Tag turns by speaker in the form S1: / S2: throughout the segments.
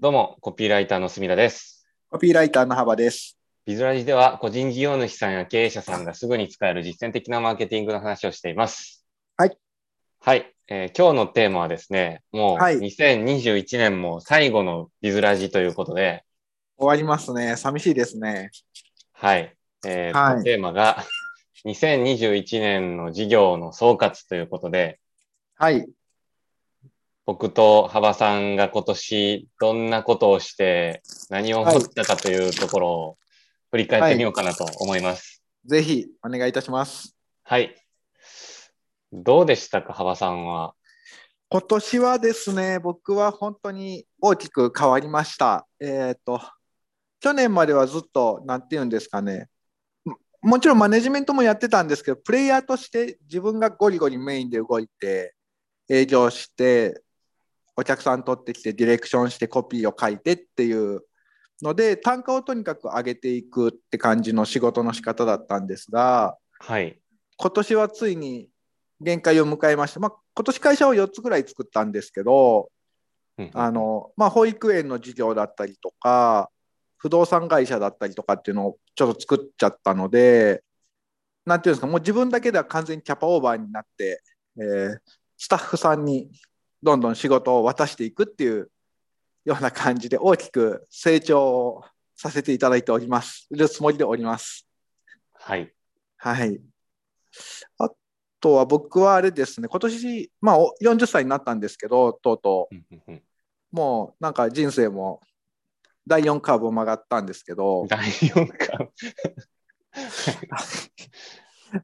S1: どうも、コピーライターの墨田です。
S2: コピーライターの幅です。
S1: ビズラジでは、個人事業主さんや経営者さんがすぐに使える実践的なマーケティングの話をしています。
S2: はい。
S1: はい。えー今日のテーマはですね、もう
S2: はい
S1: 2021年も最後のビズラジということで、
S2: 終わりますね。寂しいですね。
S1: はい。えー
S2: はい
S1: テーマが、2021年の事業の総括ということで、
S2: はい。
S1: 僕と幅さんが今年どんなことをして何を思ったかというところを振り返ってみようかなと思います。
S2: ぜひお願いいたします。
S1: はい。どうでしたか、幅さんは。
S2: 今年はですね、僕は本当に大きく変わりました。えっ、と、去年まではずっと、なんて言うんですかね。ももちろんマネジメントもやってたんですけど、プレイヤーとして自分がゴリゴリメインで動いて、営業して、お客さん取ってきて、ディレクションして、コピーを書いてっていうので、単価をとにかく上げていくって感じの仕事の仕方だったんですが、
S1: はい。
S2: 今年はついに限界を迎えました、まあ、今年会社を4つぐらい作ったんですけど
S1: うん
S2: あの、まあ、保育園の事業だったりとか不動産会社だったりとかっていうのをちょっと作っちゃったのでなんていうんですかもう自分だけでは完全にキャパオーバーになって、えースタッフさんにどんどん仕事を渡していくっていうような感じで大きく成長をさせていただいておりますいるつもりでおります。
S1: はい。
S2: はい。あとは僕はあれですね、今年、まあ、お40歳になったんですけど、とうと
S1: うん うん
S2: う、もうなんか人生も第4カーブを曲がったんですけ
S1: う
S2: ど
S1: ん、第4巻。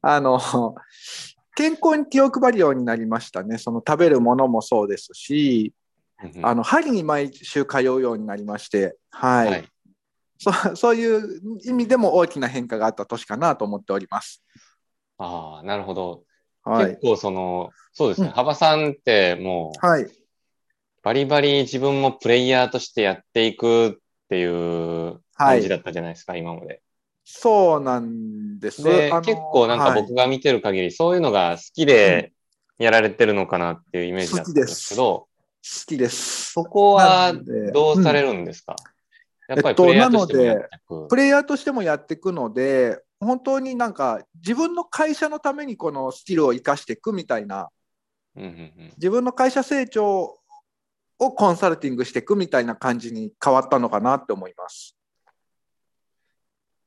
S2: あの、健康に気を配るようになりましたね。その食べるものもそうですし、あ
S1: の、
S2: の、針に毎週通うようになりまして、はい、
S1: はい。
S2: そ。そういう意味でも大きな変化があった年かなと思っております。
S1: ああ、なるほど。
S2: はい
S1: 結。構その、そうですね、
S2: うん
S1: 幅さんってもう、
S2: はい。
S1: バリバリ自分もプレイヤーとしてやっていくっていう
S2: は
S1: 感じ
S2: い。
S1: だったじゃないですか、今まで。
S2: そうなんです。
S1: で、
S2: あの
S1: 結構なんか
S2: はい
S1: 僕が見てる限り、そういうのが好きでやられてるのかなっていうイメージだったんですけど、
S2: 好きです。
S1: そこは
S2: なんで
S1: どうされ
S2: うん
S1: るんですか、やっぱりプレイヤーとしてもやっていく。
S2: プレイヤーとしてもやっていくので、本当になんか自分の会社のためにこのスキルを生かしていくみたいな、
S1: うんうんうん
S2: 自分の会社成長をコンサルティングしていくみたいな感じに変わったのかなって思います。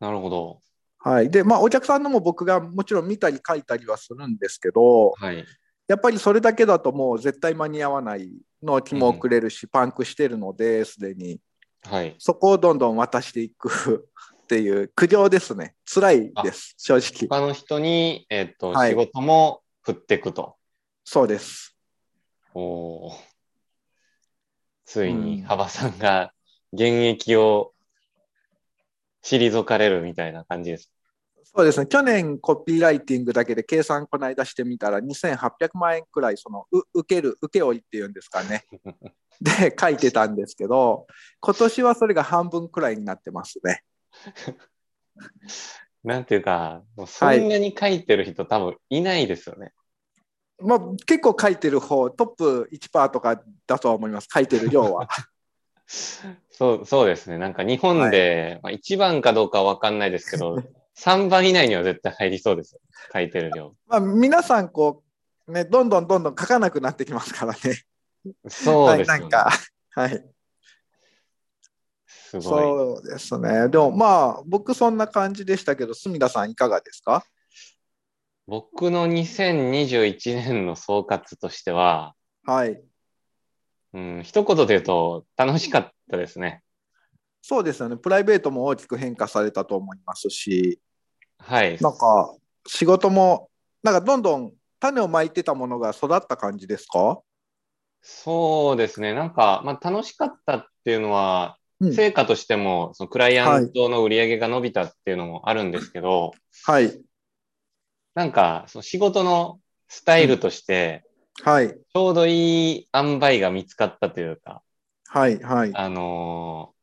S1: なるほど。
S2: はい、で、まあ、お客さんのも僕がもちろん見たり書いたりはするんですけど、
S1: はい。
S2: やっぱりそれだけだともう絶対間に合わない納期も遅れるし、パンクしてるので、すでに。
S1: はい。
S2: そこをどんどん渡していくっていう苦情ですね。辛いです、正直。
S1: 他の人に、えっと、
S2: はい
S1: 仕事も振っていくと。
S2: そうです。
S1: おーついうに
S2: ん
S1: 幅さんが現役を退かれるみたいな感じです。
S2: そうですね。去年コピーライティングだけで計算こないだしてみたら2800万円くらいそのう受ける受け負いっていうんですかね。 で書いてたんですけど、今年はそれが半分くらいになってますね。
S1: なんていうか、もうそんなに書いてる人、多分いないですよね。
S2: まあ結構書いてる方トップ1%とかだとは思います。書いてる量 は。
S1: そうそうですね。なんか日本で、まあ、1番かどうかは分かんないですけ ど、3番以内には絶対入りそうですよ。書いてる量。
S2: まあ皆さんこうねどんどんどんどん書かなくなってきますからね。
S1: そうです
S2: は
S1: よね。
S2: い、なんかはい。
S1: すごい。
S2: そうですね。でもまあ僕そんな感じでしたけど、住田さんいかがですか？
S1: 僕の2021年の総括としては、
S2: はい。
S1: うん、一言で言うと楽しかったですね。
S2: そうですよね。プライベートも大きく変化されたと思いますし、
S1: はい。
S2: なんか仕事もなんかどんどん種をまいてたものが育った感じですか？
S1: そうですね。なんか、まあ、楽しかったっていうのは、
S2: うん
S1: 成果としても、そのクライアントの売り上げが伸びたっていうのもあるんですけど、
S2: はい
S1: なんか、その仕事のスタイルとして、
S2: はい
S1: ちょうどいい塩梅が見つかったというか、
S2: はいはい
S1: あのー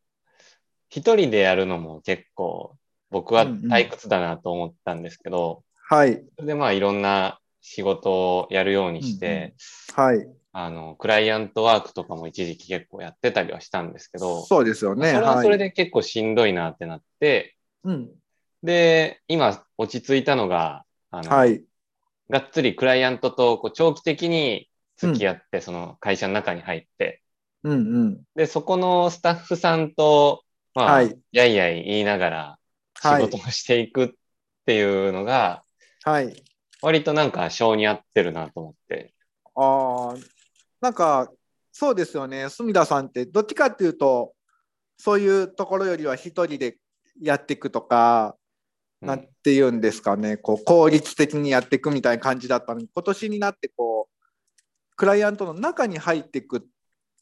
S1: 一人でやるのも結構、僕は退屈だなと思ったんですけど、
S2: はい
S1: それでまあいろんな仕事をやるようにして、
S2: はい
S1: あの、クライアントワークとかも一時期結構やってたりはしたんですけど、
S2: そうですよね。
S1: それはそれ
S2: い、
S1: で結構しんどいなってなって、
S2: うん。
S1: で、今落ち着いたのが、あの、
S2: はい。
S1: がっつりクライアントとこう長期的に付き合って、その会社の中に入って、
S2: うんうん。
S1: で、そこのスタッフさんと、まあ、
S2: はい
S1: やいやい言いながら
S2: は
S1: 仕
S2: い
S1: 事をしていくっていうのが、
S2: はい。
S1: 割となんか性に合ってるなと思って。
S2: ああ、なんか、そうですよね。隅田さんって、どっちかっていうと、そういうところよりは一人でやっていくとか、
S1: うん
S2: なんていうんですかね、こう効率的にやっていくみたいな感じだったのに、今年になってこう、クライアントの中に入っていくっ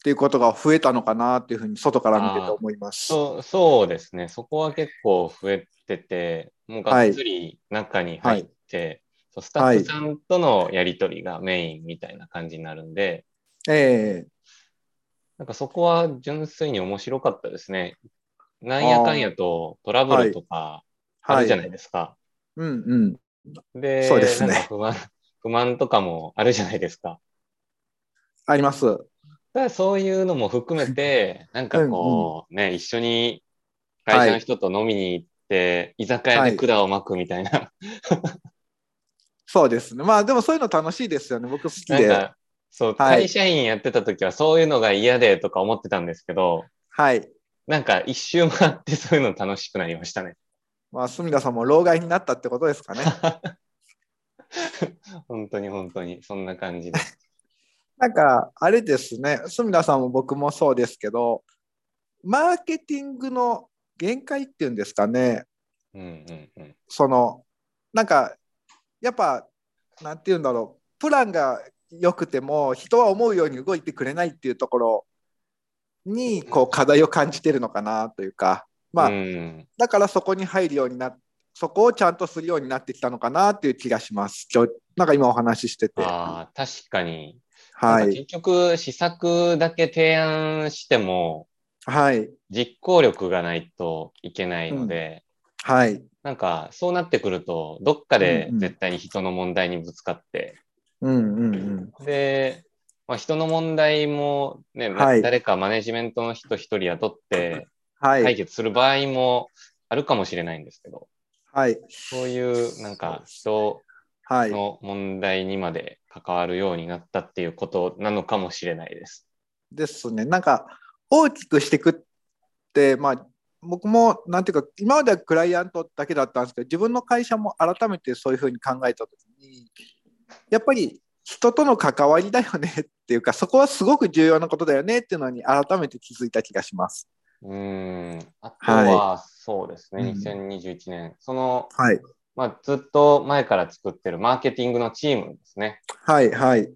S2: ていうことが増えたのかなっていうふうに、外から見てて思います。
S1: そうそうですね。そこは結構増えてて、もうがっつり中に入って、そうスタッフさんとのやりとりがメインみたいな感じになるんで、
S2: ええ
S1: なんかそこは純粋に面白かったですね。なんやかんやとトラブルとかあ
S2: は
S1: る
S2: い。
S1: じゃないですか。
S2: うんうん。
S1: で、
S2: そうですね
S1: なんか不満、不満とかもあるじゃないですか。
S2: あります。
S1: だからそういうのも含め て、なんかこう、ね、一緒に会社の人と飲みに行って、居酒屋で管を巻くみたいな、
S2: そうですね。まあでもそういうの楽しいですよね。僕好き
S1: なん
S2: で。
S1: か、そう、
S2: はい
S1: 会社員やってた時はそういうのが嫌でとか思ってたんですけど、
S2: はい。
S1: なんか一周回ってそういうの楽しくなりましたね。
S2: まあ、隅田さんも老害になったってことですかね。
S1: 本当に本当に、そんな感じで。
S2: なんか、あれですね、隅田さんも僕もそうですけど、マーケティングの限界っていうんですかね、
S1: うんうんうん。
S2: その、なんか、やっぱ、なんて言うんだろう、プランが良くても、人は思うように動いてくれないっていうところに、こう、課題を感じてるのかなというか、まあ
S1: うん、
S2: だからそこに入るようになっそこをちゃんとするようになってきたのかなっていう気がします。今日なんか今お話ししてて。
S1: ああ、確かに。なん
S2: は
S1: か
S2: い。
S1: 結局、施策だけ提案しても、
S2: はい。
S1: 実行力がないといけないので、
S2: はい。
S1: なんか、そうなってくると、どっかで絶対に人の問題にぶつかって、
S2: うんうんうん。
S1: で、まあ、人の問題も、ね、な
S2: はい
S1: 誰かマネジメントの人一人雇って
S2: はい。は
S1: 解
S2: い。
S1: 決する場合もあるかもしれないんですけど、そういうなんか人
S2: はい。
S1: の問題にまで関わるようになったっていうことなのかもしれないです。
S2: ですね。なんか大きくしていくって、まあ、僕もなんていうか、今まではクライアントだけだったんですけど、自分の会社も改めてそういうふうに考えたときに、やっぱり人との関わりだよねっていうか、そこはすごく重要なことだよねっていうのに改めて気づいた気がします。
S1: うーん。あとは、そうですね、
S2: うん
S1: 2021年。その、
S2: はい。
S1: まあ、ずっと前から作ってるマーケティングのチームですね。
S2: はいはい。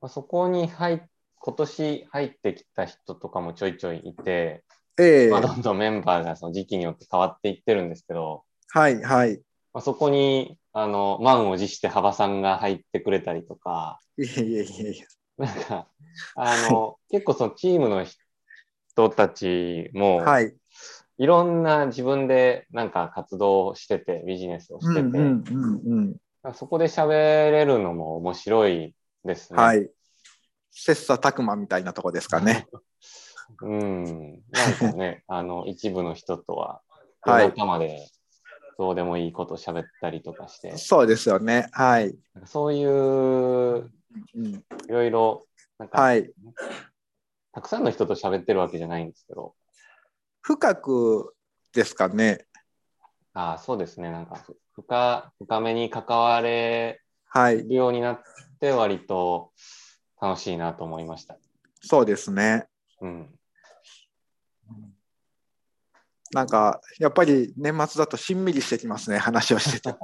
S1: まあ、そこに入っ今年入ってきた人とかもちょいちょいいて、
S2: ええ
S1: まあ、どんどんメンバーがその時期によって変わっていってるんですけど、
S2: はいはい。
S1: まあ、そこにあの満を持して幅さんが入ってくれたりとか、
S2: いえいえいえいえ。
S1: なんか、あの、結構そのチームの人たちも、、
S2: はいい。
S1: ろんな自分でなんか活動をしてて、ビジネスをしてて、
S2: うんうんうんうん。
S1: なんかそこで喋れるのも面白いですね。
S2: は。い。切磋琢磨みたいなとこですかね。
S1: うん。なんか ね、あの、一部の人とは、
S2: はい
S1: 夜中までどうでもいいこと喋ったりとかして、
S2: そうですよね。はい。
S1: なんかそういう、
S2: うん、
S1: いろいろ、なんか、
S2: はい。
S1: たくさんの人と喋ってるわけじゃないんですけど、
S2: 深くですかね。
S1: ああ、そうですね、なんかふ、深、深めに関われ
S2: はい。
S1: るようになって、割と楽しいなと思いました。
S2: そうですね。
S1: うん。
S2: なんか、やっぱり年末だとしんみりしてきますね。話をし てて。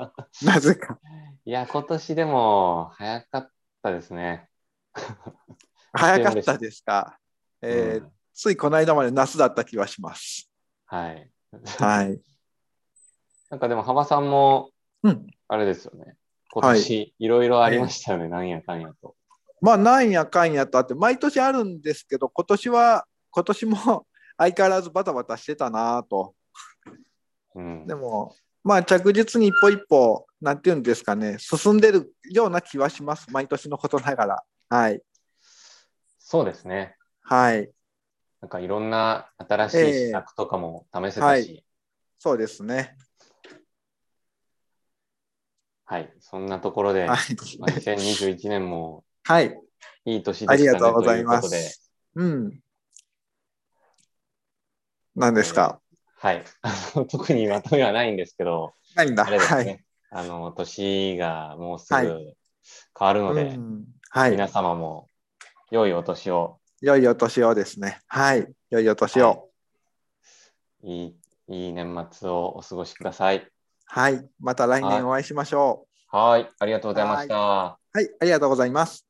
S2: なぜか。
S1: いや、今年でも早かったですね。
S2: 早かったですか。えー
S1: うん
S2: ついこの間まで夏だった気は します。
S1: はい。
S2: はい。
S1: なんかでも、幅さんも、
S2: うん。
S1: あれですよね。今
S2: はい
S1: 年、いろいろありましたよね、なんやかんやと。
S2: まあなんやかんやとあって毎年あるんですけど今年は今年も 相変わらずバタバタしてたなぁと
S1: うん。
S2: でもまあ着実に一歩一歩なんていうんですかね進んでるような気はします毎年のことながらはい
S1: そうですね。
S2: はい。
S1: なんかいろんな新しい施策とかも試せた
S2: は
S1: し、
S2: いそうですね。
S1: はい、そんなところで、
S2: は
S1: ま
S2: い。
S1: あ、2021年も
S2: はい。
S1: いい年でした
S2: あ
S1: ね。
S2: りがとうございま。
S1: ということです
S2: うん。何ですか、
S1: はい、あの特にまとめはないんですけど、
S2: ないんだ。
S1: あれです
S2: はい。
S1: ね、あの年がもうす
S2: はい
S1: ぐ変わるので、
S2: うんはい。
S1: 皆様も良いお年を、
S2: 良いお年をですね。はい。良いお年を。
S1: いいいい年末をお過ごしください。
S2: はい。また来年お会いしましょ
S1: はい、ありがとうございました。
S2: う。はい。ありがとうございます。